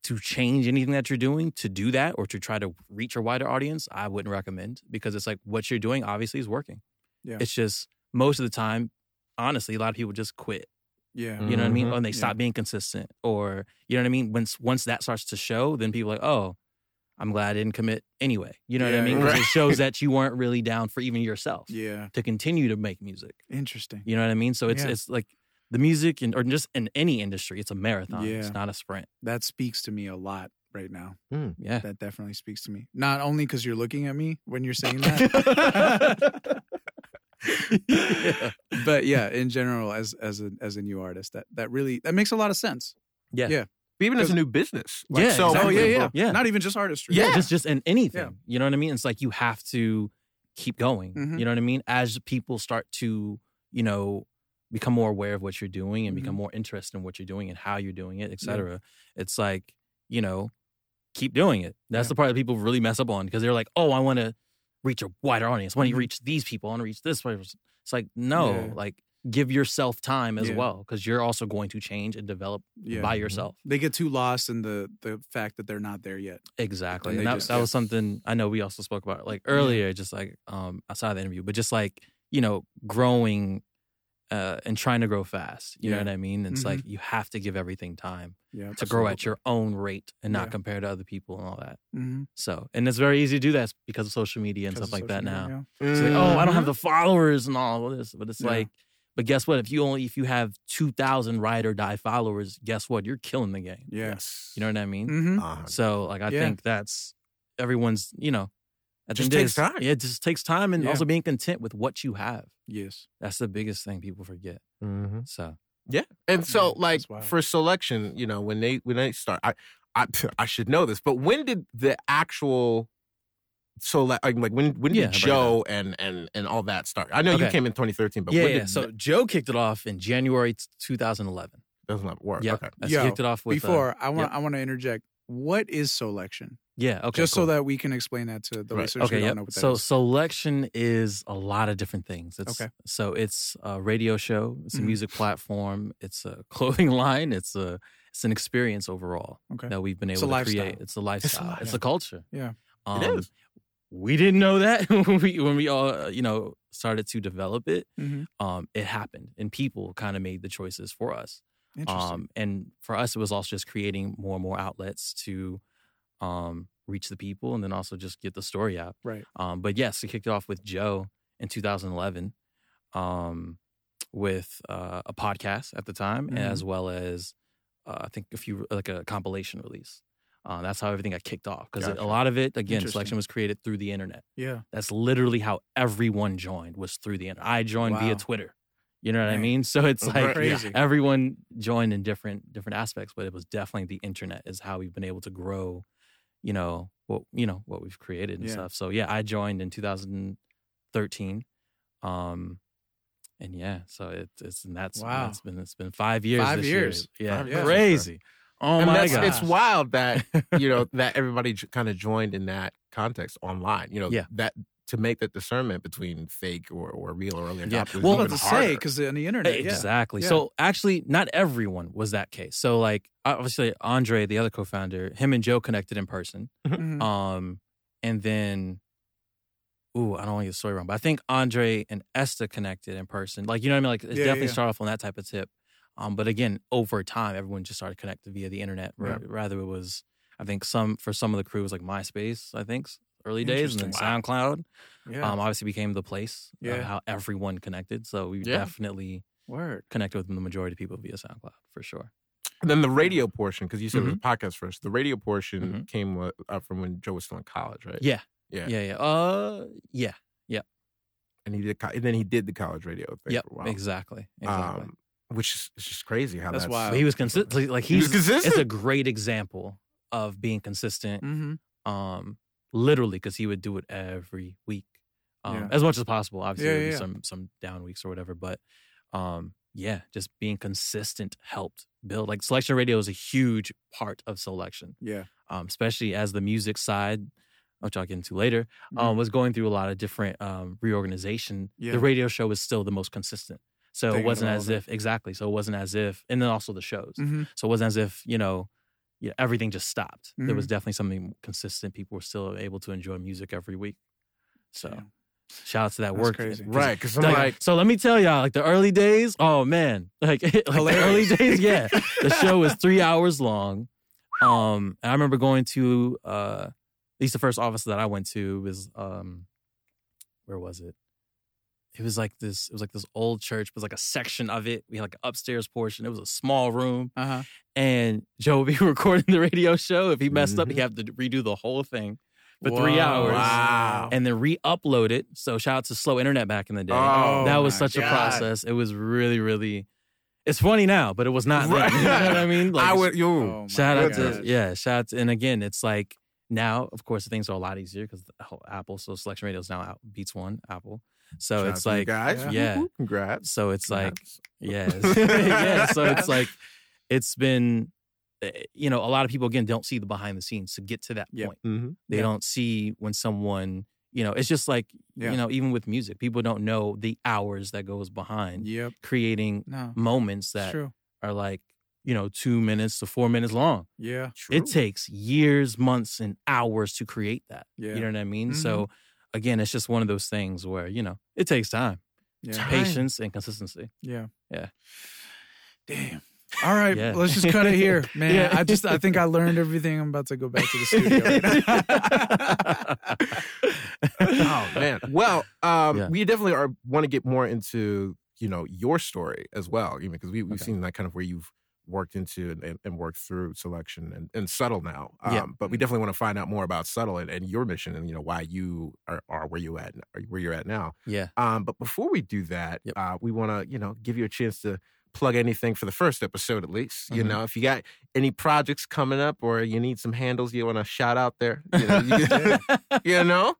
Speaker 3: to change anything that you're doing to do that or to try to reach a wider audience, I wouldn't recommend because it's like what you're doing obviously is working.
Speaker 2: Yeah.
Speaker 3: It's just most of the time, honestly, a lot of people just quit.
Speaker 2: Yeah.
Speaker 3: You know what I mean?
Speaker 1: Mhm.
Speaker 3: Or they
Speaker 2: Mm-hmm. Yeah.
Speaker 3: stop being consistent, or you know what I mean. Once once that starts to show, then people are like, oh, I'm glad I didn't commit anyway. You know what
Speaker 2: Yeah,
Speaker 3: I mean? 'Cause
Speaker 1: right.
Speaker 2: *laughs*
Speaker 3: It shows that you weren't really down for even yourself
Speaker 2: Yeah.
Speaker 3: to continue to make music.
Speaker 2: Interesting.
Speaker 3: You know what I mean? So it's
Speaker 2: Yeah.
Speaker 3: it's like the music and or just in any industry, it's a marathon.
Speaker 2: Yeah.
Speaker 3: It's not a sprint.
Speaker 2: That speaks to me a lot right now.
Speaker 3: Yeah.
Speaker 2: That definitely speaks to me. Not only because you're looking at me when you're saying
Speaker 3: *laughs*
Speaker 2: that,
Speaker 3: yeah.
Speaker 2: but yeah, in general, as as a as a new artist, that that really that makes a lot of sense.
Speaker 3: Yeah.
Speaker 2: Yeah.
Speaker 1: even as a new business
Speaker 3: Yeah,
Speaker 1: so
Speaker 3: exactly.
Speaker 1: many
Speaker 2: Oh yeah,
Speaker 1: people-
Speaker 2: yeah,
Speaker 3: Yeah.
Speaker 2: Not even just artistry.
Speaker 1: Yeah.
Speaker 3: Just just in anything. You know what I mean? It's like you have to keep going.
Speaker 2: Mhm.
Speaker 3: You know what I mean? As people start to, you know, become more aware of what you're doing and become
Speaker 2: Mhm.
Speaker 3: more interested in what you're doing and how you're doing it, et
Speaker 2: Yeah.
Speaker 3: cetera. It's like, you know, keep doing it. That's
Speaker 2: Yeah.
Speaker 3: the part that people really mess up on because they're like, oh, I want to reach a wider audience. I want
Speaker 2: Mhm.
Speaker 3: to reach these people. I want to reach this person. It's like, no,
Speaker 2: Yeah.
Speaker 3: like give yourself time as
Speaker 2: Yeah.
Speaker 3: well because you're also going to change and develop
Speaker 2: Yeah. Mm-hmm.
Speaker 3: by yourself.
Speaker 2: They get too lost in the the fact that they're not there yet.
Speaker 3: Exactly.
Speaker 2: And
Speaker 3: And
Speaker 2: they
Speaker 3: that,
Speaker 2: just-
Speaker 3: that
Speaker 2: yeah.
Speaker 3: was something I know we also spoke about like earlier, just like um outside the interview, but just like, you know, growing uh and trying to grow fast. You
Speaker 2: Yeah. Mm-hmm.
Speaker 3: know what I mean? It's like you have to give everything time
Speaker 2: Yeah.
Speaker 3: to grow at your own rate and not
Speaker 2: Yeah.
Speaker 3: compare to other people and all that.
Speaker 2: mm-hmm.
Speaker 3: So and it's very easy to do that because of social media and stuff like that now. It's like,
Speaker 1: Mm.
Speaker 3: oh, I don't have the followers and all of this. But it's
Speaker 2: Mm-hmm. Yeah.
Speaker 3: like, but guess what? If you only if you have two thousand ride or die followers, guess what? You're killing the game.
Speaker 2: Yeah.
Speaker 1: Yes.
Speaker 3: You know what I mean?
Speaker 2: Mm-hmm.
Speaker 1: Uh,
Speaker 3: So like I
Speaker 2: Yeah.
Speaker 3: think that's everyone's, you know, at the
Speaker 1: Just
Speaker 3: end of the
Speaker 1: takes
Speaker 3: day,
Speaker 1: time.
Speaker 3: Yeah, it just takes time and
Speaker 2: Yeah.
Speaker 3: also being content with what you have.
Speaker 2: Yes.
Speaker 3: That's the biggest thing people forget.
Speaker 1: mhm.
Speaker 3: So
Speaker 1: And so,
Speaker 2: Yeah,
Speaker 1: like
Speaker 2: Mm-hmm. that's wild.
Speaker 1: for selection, you know, when they when they start, I I, *laughs* I should know this, but when did the actual so like like when when
Speaker 3: Yeah,
Speaker 1: did
Speaker 3: break it
Speaker 1: Joe and and and all that start? I know you
Speaker 3: Okay.
Speaker 1: came in 2013, but
Speaker 3: yeah,
Speaker 1: when
Speaker 3: yeah.
Speaker 1: did
Speaker 3: So Joe kicked it off in January t- 2011.
Speaker 1: doesn't that work?
Speaker 3: Yeah,
Speaker 1: Okay.
Speaker 3: that's
Speaker 2: Yo,
Speaker 3: kicked it off with uh,
Speaker 2: Before I want
Speaker 3: yep.
Speaker 2: I want to interject. What is selection?
Speaker 3: yeah, okay,
Speaker 2: Just
Speaker 3: cool.
Speaker 2: so that we can explain that to the
Speaker 1: Right.
Speaker 2: listeners who
Speaker 3: yep.
Speaker 2: don't know what that is.
Speaker 3: so selection is a lot of different things. It's,
Speaker 2: Okay.
Speaker 3: So it's a radio show. It's a
Speaker 2: Mhm.
Speaker 3: music platform. It's a *laughs* clothing line. It's a it's an experience overall
Speaker 2: Okay.
Speaker 3: that we've been
Speaker 2: It's
Speaker 3: able to
Speaker 2: a
Speaker 3: create.
Speaker 2: lifestyle.
Speaker 3: It's a lifestyle. It's,
Speaker 1: lifestyle.
Speaker 3: a culture.
Speaker 2: Yeah.
Speaker 3: Um,
Speaker 1: is.
Speaker 3: We didn't know that *laughs* when we when we all uh, you know started to develop it.
Speaker 2: Mhm.
Speaker 3: Um, it happened, and people kind of made the choices for us.
Speaker 2: Interesting.
Speaker 3: Um, and for us, it was also just creating more and more outlets to um, reach the people, and then also just get the story out.
Speaker 2: right.
Speaker 3: Um, but yes, we kicked it off with Joe in 2011 um, with uh, a podcast at the time,
Speaker 2: Mhm.
Speaker 3: as well as uh, I think a few like a compilation release. Uh, that's how everything got kicked off because a
Speaker 1: Gotcha.
Speaker 3: lot of it, again, selection
Speaker 2: Interesting.
Speaker 3: was created through the internet.
Speaker 2: Yeah.
Speaker 3: That's literally how everyone joined was through the internet. I joined
Speaker 2: Wow.
Speaker 3: via Twitter. You know what I
Speaker 2: Man.
Speaker 3: mean? So it's like
Speaker 1: Right.
Speaker 2: Crazy.
Speaker 3: everyone joined in different different aspects, but it was definitely the internet is how we've been able to grow, you know, what you know, what we've created and
Speaker 2: Yeah.
Speaker 3: stuff. So yeah, I joined in 2013. Um and yeah, so it, it's and that's
Speaker 2: Wow.
Speaker 3: it's been it's been five years.
Speaker 2: Five
Speaker 3: this
Speaker 2: years.
Speaker 3: Year. Yeah.
Speaker 1: Five years.
Speaker 2: *laughs*
Speaker 3: Crazy. Oh
Speaker 1: I mean,
Speaker 3: my
Speaker 1: that's,
Speaker 3: god.
Speaker 1: it's wild
Speaker 3: *laughs*
Speaker 1: that you know that everybody kind of joined in that context online. You know,
Speaker 3: Yeah.
Speaker 1: that to make that discernment between fake or, or real or early
Speaker 3: Yeah.
Speaker 1: adopters. is
Speaker 3: Well,
Speaker 2: Well,
Speaker 1: even
Speaker 2: to say
Speaker 1: harder.
Speaker 2: because on the internet, yeah.
Speaker 3: Exactly.
Speaker 2: Yeah.
Speaker 3: So actually, not everyone was that case. So like obviously Andre, the other co-founder, him and Joe connected in person.
Speaker 2: Mhm.
Speaker 3: Um, and then, ooh, I don't want to get the story wrong, but I think Andre and Esta connected in person. Like you know what I mean? Like it
Speaker 2: Yeah, yeah,
Speaker 3: definitely
Speaker 2: yeah.
Speaker 3: started off on that type of tip. Um, but again, over time, everyone just started connected via the internet. Ra-
Speaker 2: Yeah.
Speaker 3: Rather, it was I think some for some of the crew it was like MySpace. I think s- early days, and then
Speaker 2: Interesting.
Speaker 3: SoundCloud.
Speaker 2: Mm-hmm. yeah.
Speaker 3: Um, obviously became the place. of
Speaker 2: Yeah.
Speaker 3: how everyone connected. So we
Speaker 1: Yeah.
Speaker 3: definitely
Speaker 2: Word.
Speaker 3: connected with the majority of people via SoundCloud for sure.
Speaker 1: And then the radio portion, because you said
Speaker 3: Mm-hmm.
Speaker 1: it was a podcast first. The radio portion
Speaker 3: Mhm.
Speaker 1: came wa- uh, from when Joe was still in college, right?
Speaker 3: Yeah.
Speaker 1: yeah.
Speaker 3: Yeah. Yeah. Uh. Yeah.
Speaker 1: And he did, co- and then he did the college radio thing
Speaker 3: Yep.
Speaker 1: for a while.
Speaker 3: Exactly. Exactly.
Speaker 1: Um, which is it's just crazy how
Speaker 2: That's
Speaker 1: that's,
Speaker 2: wild.
Speaker 3: But he was consistent. Like
Speaker 1: He was
Speaker 3: he's
Speaker 1: consistent.
Speaker 3: It's a great example of being consistent.
Speaker 2: Mm-hmm.
Speaker 3: Um, literally, because he would do it every week, um,
Speaker 2: Yeah.
Speaker 3: as much as possible. Obviously,
Speaker 2: Yeah, yeah,
Speaker 3: there'd be
Speaker 2: yeah.
Speaker 3: some some down weeks or whatever, but um, yeah, just being consistent helped build. Like selection radio is a huge part of selection,
Speaker 2: Yeah.
Speaker 3: um, especially as the music side, which I'll get into later,
Speaker 2: Mhm.
Speaker 3: um, was going through a lot of different um, reorganization.
Speaker 2: Yeah.
Speaker 3: The radio show was still the most consistent. So
Speaker 2: Thing out
Speaker 3: it
Speaker 2: of
Speaker 3: wasn't
Speaker 2: all
Speaker 3: as
Speaker 2: of it.
Speaker 3: if exactly. So it wasn't as if, and then also the shows.
Speaker 2: Mm-hmm.
Speaker 3: So it wasn't as if, you know, you know, everything just stopped. There was
Speaker 2: Mhm.
Speaker 3: definitely something consistent. People were still able to enjoy music every week. So
Speaker 2: Damn.
Speaker 3: shout out to that
Speaker 2: That's
Speaker 3: work.
Speaker 2: crazy.
Speaker 1: right. Because I'm
Speaker 3: Like,
Speaker 1: like,
Speaker 3: *laughs* so let me tell y'all, like the early days, oh man, *laughs* like, *laughs* like the early
Speaker 2: Hilarious.
Speaker 3: days, yeah. The show was three hours long. Um, and I remember going to uh, at least the first office that I went to was um, where was it? It was like this. It was like this old church, but it was like a section of it. We had like an upstairs portion. It was a small room,
Speaker 2: *laughs* Uh-huh.
Speaker 3: and Joe would be *laughs* recording the radio show. If he messed up,
Speaker 2: Mm-hmm.
Speaker 3: he'd have to redo the whole thing for three
Speaker 2: Whoa.
Speaker 3: hours
Speaker 2: Oh.
Speaker 1: Wow.
Speaker 3: and then re-upload it. So shout out to slow internet back in the day.
Speaker 1: Oh
Speaker 3: that was
Speaker 2: my
Speaker 3: such a
Speaker 2: God.
Speaker 3: process. It was really, really. It's funny now, but it was not. Then. *laughs*
Speaker 1: Right.
Speaker 3: You know what I mean?
Speaker 1: I would, you,
Speaker 2: Oh my
Speaker 3: shout out to
Speaker 2: gosh.
Speaker 3: yeah, shout out to, and again, it's like now, of course, things are a lot easier because Apple. So selection radio is now out, beats one Apple. So
Speaker 1: shout out
Speaker 3: it's
Speaker 1: to you
Speaker 3: like
Speaker 1: guys,
Speaker 2: yeah.
Speaker 3: yeah.
Speaker 1: Woo-hoo. congrats.
Speaker 3: so it's like
Speaker 1: Congrats.
Speaker 3: yeah, it's- *laughs* yeah.
Speaker 2: *laughs*
Speaker 3: So it's like it's been. eh, You know, a lot of people again don't see the behind the scenes to get to that
Speaker 2: Yep.
Speaker 3: point.
Speaker 1: Mhm.
Speaker 3: They
Speaker 2: Yeah.
Speaker 3: don't see when someone you know it's just like
Speaker 2: Yeah.
Speaker 3: you know even with music people don't know the hours that goes behind
Speaker 2: Yep.
Speaker 3: creating
Speaker 2: No.
Speaker 3: moments
Speaker 2: It's
Speaker 3: that
Speaker 2: true.
Speaker 3: are like you know 2 minutes to 4 minutes long
Speaker 2: Yeah.
Speaker 1: True.
Speaker 3: it takes years months and hours to create that
Speaker 2: Yeah. Mm-hmm.
Speaker 3: you know what i mean so again it's just one of those things where you know it takes time
Speaker 2: Yeah.
Speaker 1: Time.
Speaker 3: patience and consistency
Speaker 2: Yeah.
Speaker 3: Yeah.
Speaker 2: Damn. All right,
Speaker 3: Yeah.
Speaker 2: let's just cut it
Speaker 3: *laughs*
Speaker 2: here, man.
Speaker 3: Yeah.
Speaker 2: I just I think I learned everything. I'm about to go back to the studio. *laughs*
Speaker 3: *laughs*
Speaker 1: oh
Speaker 3: *laughs*
Speaker 1: man. Well, um,
Speaker 3: Yeah.
Speaker 1: we definitely are want to get more into you know your story as well, even because we, we've
Speaker 3: Okay.
Speaker 1: seen that kind of where you've worked into and- and, and worked through selection and, and subtle now. Um,
Speaker 3: Yeah.
Speaker 1: But we definitely want to find out more about subtle and, and your mission and you know why you are, are where you at are where you're at now.
Speaker 3: yeah
Speaker 1: Um, but before we do that,
Speaker 3: Yep.
Speaker 1: uh, we want to you know give you a chance to plug anything for the first episode at least. You
Speaker 3: Mhm.
Speaker 1: know, if you got any projects coming up or you need some handles you want to shout out there, you know,
Speaker 3: *laughs*
Speaker 1: you, you know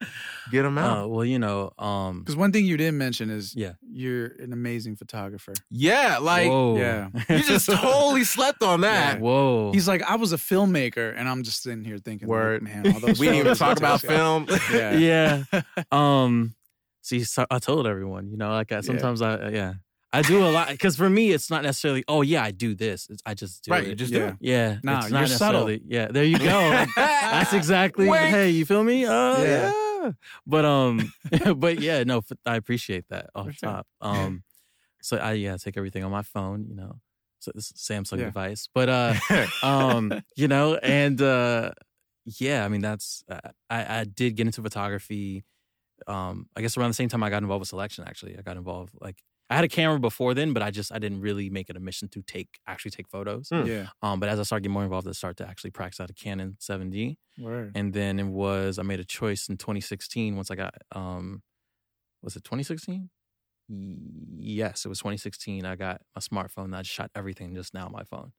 Speaker 1: get them out.
Speaker 3: Uh, well you know
Speaker 1: *laughs*
Speaker 3: um
Speaker 2: Because one thing you didn't mention is
Speaker 3: Yeah.
Speaker 2: you're an amazing photographer.
Speaker 1: Yeah, like
Speaker 3: whoa.
Speaker 2: yeah.
Speaker 1: you just
Speaker 3: *laughs*
Speaker 1: totally slept on that.
Speaker 3: whoa
Speaker 2: He's like, I was a filmmaker, and I'm just sitting here thinking,
Speaker 1: Word.
Speaker 2: man, all those
Speaker 1: We didn't even
Speaker 2: photos
Speaker 1: talk
Speaker 2: I
Speaker 1: about
Speaker 2: took."
Speaker 1: film. *laughs*
Speaker 2: Yeah.
Speaker 3: *laughs* yeah. Um. See, so I told everyone, you know, like I, sometimes I, uh, yeah, I do a lot because for me, it's not necessarily. Oh yeah, I do this. It's, I just do
Speaker 1: right,
Speaker 3: it.
Speaker 1: you just
Speaker 2: Yeah.
Speaker 1: do
Speaker 3: yeah,
Speaker 2: Nah,
Speaker 3: it's not
Speaker 2: you're subtle.
Speaker 3: necessarily- Yeah, there you
Speaker 1: it. *laughs*
Speaker 3: go. That's
Speaker 2: Ah,
Speaker 3: exactly.
Speaker 1: Wink.
Speaker 3: Hey, you feel me? Uh,
Speaker 2: Yeah.
Speaker 3: yeah. But um, *laughs* but yeah, no, f- I appreciate that off
Speaker 2: For sure.
Speaker 3: top. Um, so I yeah I take everything on my phone, you know, so this Samsung
Speaker 2: Yeah.
Speaker 3: device. But uh, *laughs*
Speaker 2: *laughs*
Speaker 3: um, you know, and uh, yeah, I mean that's I, I did get into photography. Um, I guess around the same time I got involved with selection. Actually, I got involved like I had a camera before then, but I just I didn't really make it a mission to take actually take photos.
Speaker 1: Hmm.
Speaker 2: Yeah.
Speaker 3: Um, but as I started getting more involved, I started to actually practice out of Canon 7D,
Speaker 2: Word.
Speaker 3: and then it was I made a choice in 2016 once I got um, was it 2016? Yes, it was 2016. I got my smartphone. And I shot everything just now on my phone.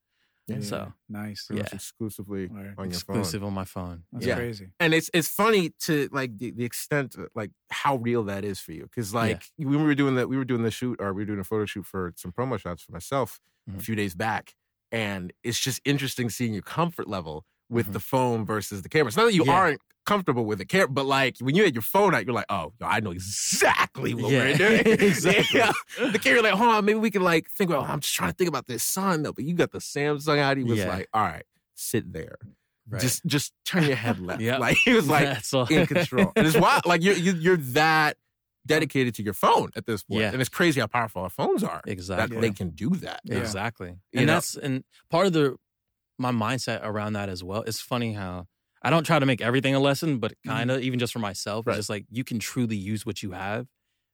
Speaker 1: Yeah.
Speaker 3: So
Speaker 2: nice.
Speaker 1: Pretty much
Speaker 3: Yeah.
Speaker 1: exclusively
Speaker 2: Word.
Speaker 1: on your phone.
Speaker 3: exclusive on my phone.
Speaker 2: That's
Speaker 1: Yeah.
Speaker 2: crazy.
Speaker 1: And it's it's funny to like the, the extent uh, like how real that is for you because like when we were doing that we were doing the shoot or we were doing a photo shoot for some promo shots for myself a
Speaker 3: Mhm.
Speaker 1: few days back and it's just interesting seeing your comfort level with
Speaker 3: Mhm.
Speaker 1: the phone versus the camera. It's not that you
Speaker 3: Yeah.
Speaker 1: aren't comfortable with the camera, but like when you had your phone out, you're like, oh, yo, I know exactly what we're
Speaker 3: *laughs*
Speaker 1: doing.
Speaker 3: exactly.
Speaker 1: Yeah. the kid, you're like, hold on, maybe we can like think about. oh, I'm just trying to think about this son though, but you got the Samsung out. He was
Speaker 3: Yeah.
Speaker 1: like, all right, sit there,
Speaker 3: *laughs*
Speaker 1: *laughs*
Speaker 3: Right.
Speaker 1: just just turn your head left.
Speaker 3: *laughs* Yep.
Speaker 1: Like he was like
Speaker 3: That's all. *laughs*
Speaker 1: in control, and it's wild. Like you're you, you're that dedicated to your phone at this point,
Speaker 3: Yeah.
Speaker 1: and it's crazy how powerful our phones are. That
Speaker 3: exactly.
Speaker 1: they can do that.
Speaker 2: Yeah.
Speaker 3: Exactly.
Speaker 1: You
Speaker 3: And
Speaker 1: know?
Speaker 3: that's and part of the my mindset around that as well. It's funny how I don't try to make everything a lesson, but kind of even just for myself,
Speaker 1: Mm-hmm. Right.
Speaker 3: it's just like you can truly use what you have.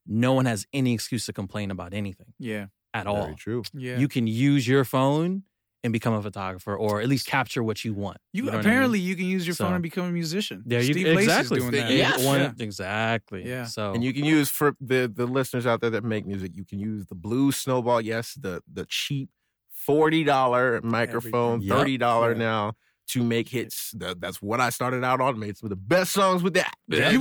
Speaker 3: No one has any excuse to complain about anything
Speaker 2: Yeah.
Speaker 3: at
Speaker 1: Very
Speaker 3: all.
Speaker 1: true.
Speaker 2: Yeah.
Speaker 3: You can use your phone and become a photographer or at least capture what you want.
Speaker 2: You
Speaker 3: know what I mean?
Speaker 2: apparently you can use your phone
Speaker 3: So-
Speaker 2: and become a musician.
Speaker 3: there you
Speaker 2: Steve
Speaker 3: go.
Speaker 2: Lacy's
Speaker 3: exactly
Speaker 2: doing that.
Speaker 1: Yes.
Speaker 3: One-
Speaker 2: Yeah.
Speaker 3: exactly.
Speaker 2: Yeah.
Speaker 3: So
Speaker 1: And you can use for the the listeners out there that make music, you can use the blue snowball, yes, the the cheap forty dollar microphone,
Speaker 3: Everything. Yep.
Speaker 1: thirty dollar
Speaker 2: Yeah.
Speaker 1: now to make hits. Th- That's what I started out on. Made some of the best songs with that.
Speaker 3: Yeah.
Speaker 2: You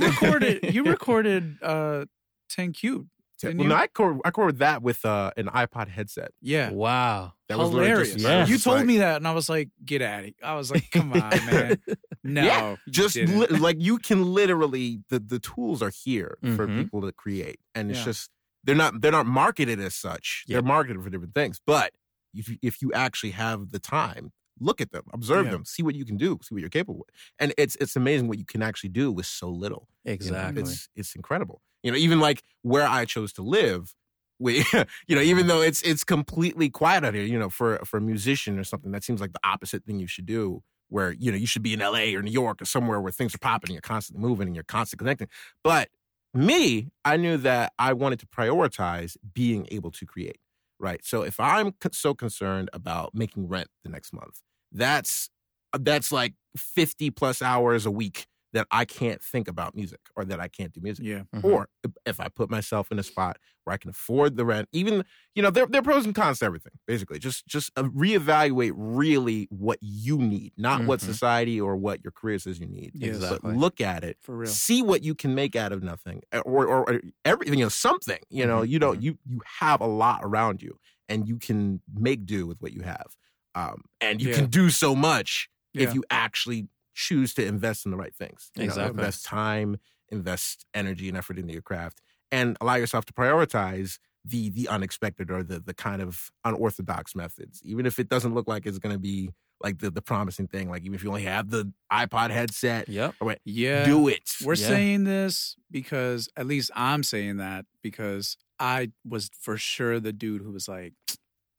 Speaker 1: *laughs*
Speaker 2: recorded. You recorded uh, Ten Cube.
Speaker 1: well,
Speaker 2: didn't
Speaker 1: no,
Speaker 2: you?
Speaker 1: I recorded, I recorded that with uh, an iPod headset.
Speaker 2: Yeah.
Speaker 3: wow.
Speaker 1: That was literally
Speaker 2: Hilarious.
Speaker 1: just-
Speaker 3: Yeah.
Speaker 1: I was
Speaker 2: You
Speaker 1: just
Speaker 2: told
Speaker 1: like-
Speaker 2: me that, and I was like, "Get at it." I was like,
Speaker 1: *laughs*
Speaker 2: "Come on, man." No,
Speaker 1: Yeah,
Speaker 2: you
Speaker 1: just
Speaker 2: didn't.
Speaker 1: li- like you can literally the the tools are here for
Speaker 3: Mhm.
Speaker 1: people to create, and it's
Speaker 2: Mm-hmm. Yeah.
Speaker 1: just they're not they're not marketed as such.
Speaker 3: Yeah.
Speaker 1: They're marketed for different things, but if you, if you actually have the time, look at them, observe
Speaker 2: Yeah.
Speaker 1: them, see what you can do, see what you're capable of, and it's it's amazing what you can actually do with so little. you know?
Speaker 3: *laughs* Exactly.
Speaker 1: it's it's incredible. You know, even like where I chose to live. We, *laughs* you know, even though it's it's completely quiet out here, you know, for for a musician or something, that seems like the opposite thing you should do where you know you should be in LA or New York or somewhere where things are popping and you're constantly moving and you're constantly connecting. But me, I knew that I wanted to prioritize being able to create, right? So if I'm con- so concerned about making rent the next month, that's uh, that's like 50 plus hours a week that I can't think about music or that I can't do music.
Speaker 2: yeah,
Speaker 3: Mhm.
Speaker 1: Or if- if I put myself in a spot where I can afford the rent, even you know, there, there are pros and cons to everything. Basically, just just uh, reevaluate really what you need, not what
Speaker 3: Mhm.
Speaker 1: society or what your career says you need.
Speaker 2: Yes.
Speaker 1: But
Speaker 3: Exactly.
Speaker 1: look at it,
Speaker 2: for real.
Speaker 1: see what you can make out of nothing, uh, or or, or everything, you know, something. You know,
Speaker 2: Mm-hmm,
Speaker 3: Mhm,
Speaker 1: you don't
Speaker 3: mhm.
Speaker 1: you you have a lot around you, and you can make do with what you have, um, and you
Speaker 2: Yeah.
Speaker 1: can do so much
Speaker 2: Yeah.
Speaker 1: if you actually choose to invest in the right things. You know,
Speaker 3: Exactly.
Speaker 1: invest time, invest energy and effort into your craft and allow yourself to prioritize the the unexpected or the the kind of unorthodox methods even if it doesn't look like it's going to be like the the promising thing like even if you only have the iPod headset
Speaker 2: *laughs*
Speaker 3: Yep.
Speaker 2: Yeah.
Speaker 1: do it
Speaker 2: We're
Speaker 3: Yeah.
Speaker 2: saying this because at least I'm saying that because I was for sure the dude who was like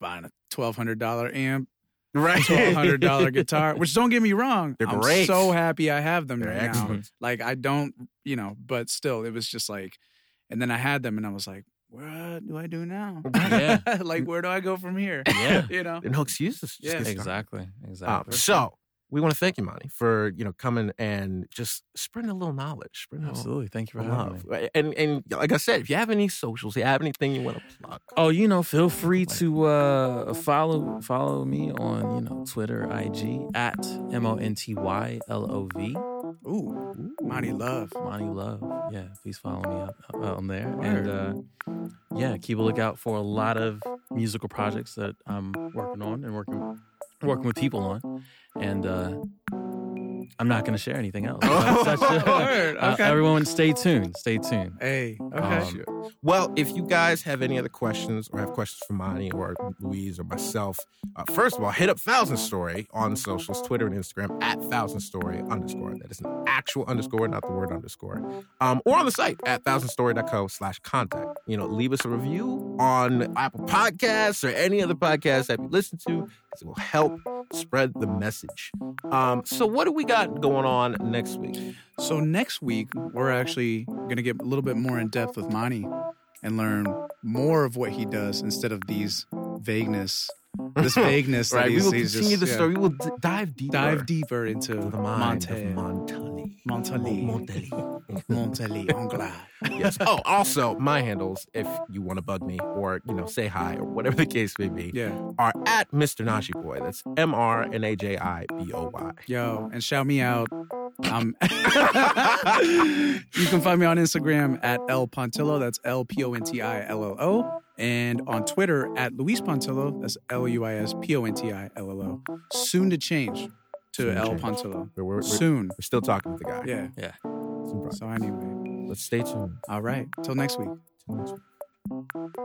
Speaker 2: buying a twelve hundred dollar
Speaker 1: *laughs*
Speaker 2: amp,
Speaker 1: right
Speaker 2: twelve
Speaker 1: *laughs*
Speaker 2: hundred dollar guitar. Which don't get me wrong,
Speaker 1: They're
Speaker 2: I'm
Speaker 1: great.
Speaker 2: so happy I have them
Speaker 1: They're
Speaker 2: right now.
Speaker 1: excellent.
Speaker 2: Like I don't, you know, but still, it was just like, and then I had them, and I was like, what do I do now?
Speaker 3: *laughs*
Speaker 1: Oh,
Speaker 3: Yeah.
Speaker 2: *laughs* like where do I go from here?
Speaker 3: Yeah.
Speaker 2: You know,
Speaker 1: no excuses
Speaker 2: Yeah.
Speaker 1: get started.
Speaker 3: *laughs* exactly.
Speaker 2: Oh,
Speaker 3: Exactly.
Speaker 1: Um, so we want to thank you, Monty, for you know coming and just spreading a little knowledge, spreading
Speaker 3: Absolutely.
Speaker 1: a
Speaker 3: Thank you for
Speaker 1: little
Speaker 3: having me.
Speaker 1: love. And and like I said, if you have any socials, you have anything you want to plug,
Speaker 3: Oh, you know, feel free to uh, follow follow me on you know Twitter, IG at m o n t y l o v
Speaker 2: ooh, Monty Love.
Speaker 3: Monty Love. Yeah, please follow me up, up on there, and uh, yeah, keep a lookout for a lot of musical projects that I'm working on and working working with people on, and uh, I'm not going to share anything else. That's such
Speaker 2: *laughs*
Speaker 3: a-
Speaker 2: Word,
Speaker 3: uh,
Speaker 2: okay.
Speaker 3: everyone, stay tuned. Stay tuned.
Speaker 2: Hey, okay.
Speaker 3: Um,
Speaker 1: Shit. Well, if you guys have any other questions or have questions for Monty or Louise or myself, uh, first of all, hit up Thousand Story on socials, Twitter and Instagram at Thousand Story underscore. That is an actual underscore, not the word underscore. Um, or on the site at thousandstory.co slash contact. You know, leave us a review on Apple Podcasts or any other podcast that you listen to. 'cause It will help spread the message. Um, so, what do we got going on next week?
Speaker 2: So next week we're actually going to get a little bit more in depth with Monty and learn more of what he does instead of these vagueness,
Speaker 1: *laughs*
Speaker 2: this vagueness. that
Speaker 1: right, we
Speaker 2: he's-
Speaker 1: will
Speaker 2: he's
Speaker 1: continue
Speaker 2: just-
Speaker 1: the
Speaker 2: yeah.
Speaker 1: story. We will d- dive deeper.
Speaker 2: Dive deeper into
Speaker 1: to the mind
Speaker 2: Monte,
Speaker 1: of Montali.
Speaker 2: Montali, *laughs*
Speaker 1: Montali.
Speaker 2: Montali,
Speaker 1: *laughs*
Speaker 2: Anglais.
Speaker 1: yes. Oh, also, my handles, if you want to bug me or, you know, say hi or whatever the case may be,
Speaker 2: Yeah,
Speaker 1: are at Mr. Nashi Boy. That's M R N A J I B O
Speaker 2: *laughs*
Speaker 1: Y.
Speaker 2: yo, and shout me out.
Speaker 1: *laughs*
Speaker 2: Um, *laughs* you can find me on Instagram at L Pontillo. That's L P O N T I L L O. And on Twitter at Luis Pontillo. That's L U I S P O N T I L L O. Soon to change to
Speaker 1: Soon to
Speaker 2: L
Speaker 1: change.
Speaker 2: Pontillo.
Speaker 1: We're, we're, we're
Speaker 2: Soon.
Speaker 1: still talking to the guy.
Speaker 2: Yeah.
Speaker 1: It's in progress.
Speaker 2: So anyway,
Speaker 1: Let's stay tuned.
Speaker 2: all right. Till next week.
Speaker 1: Till next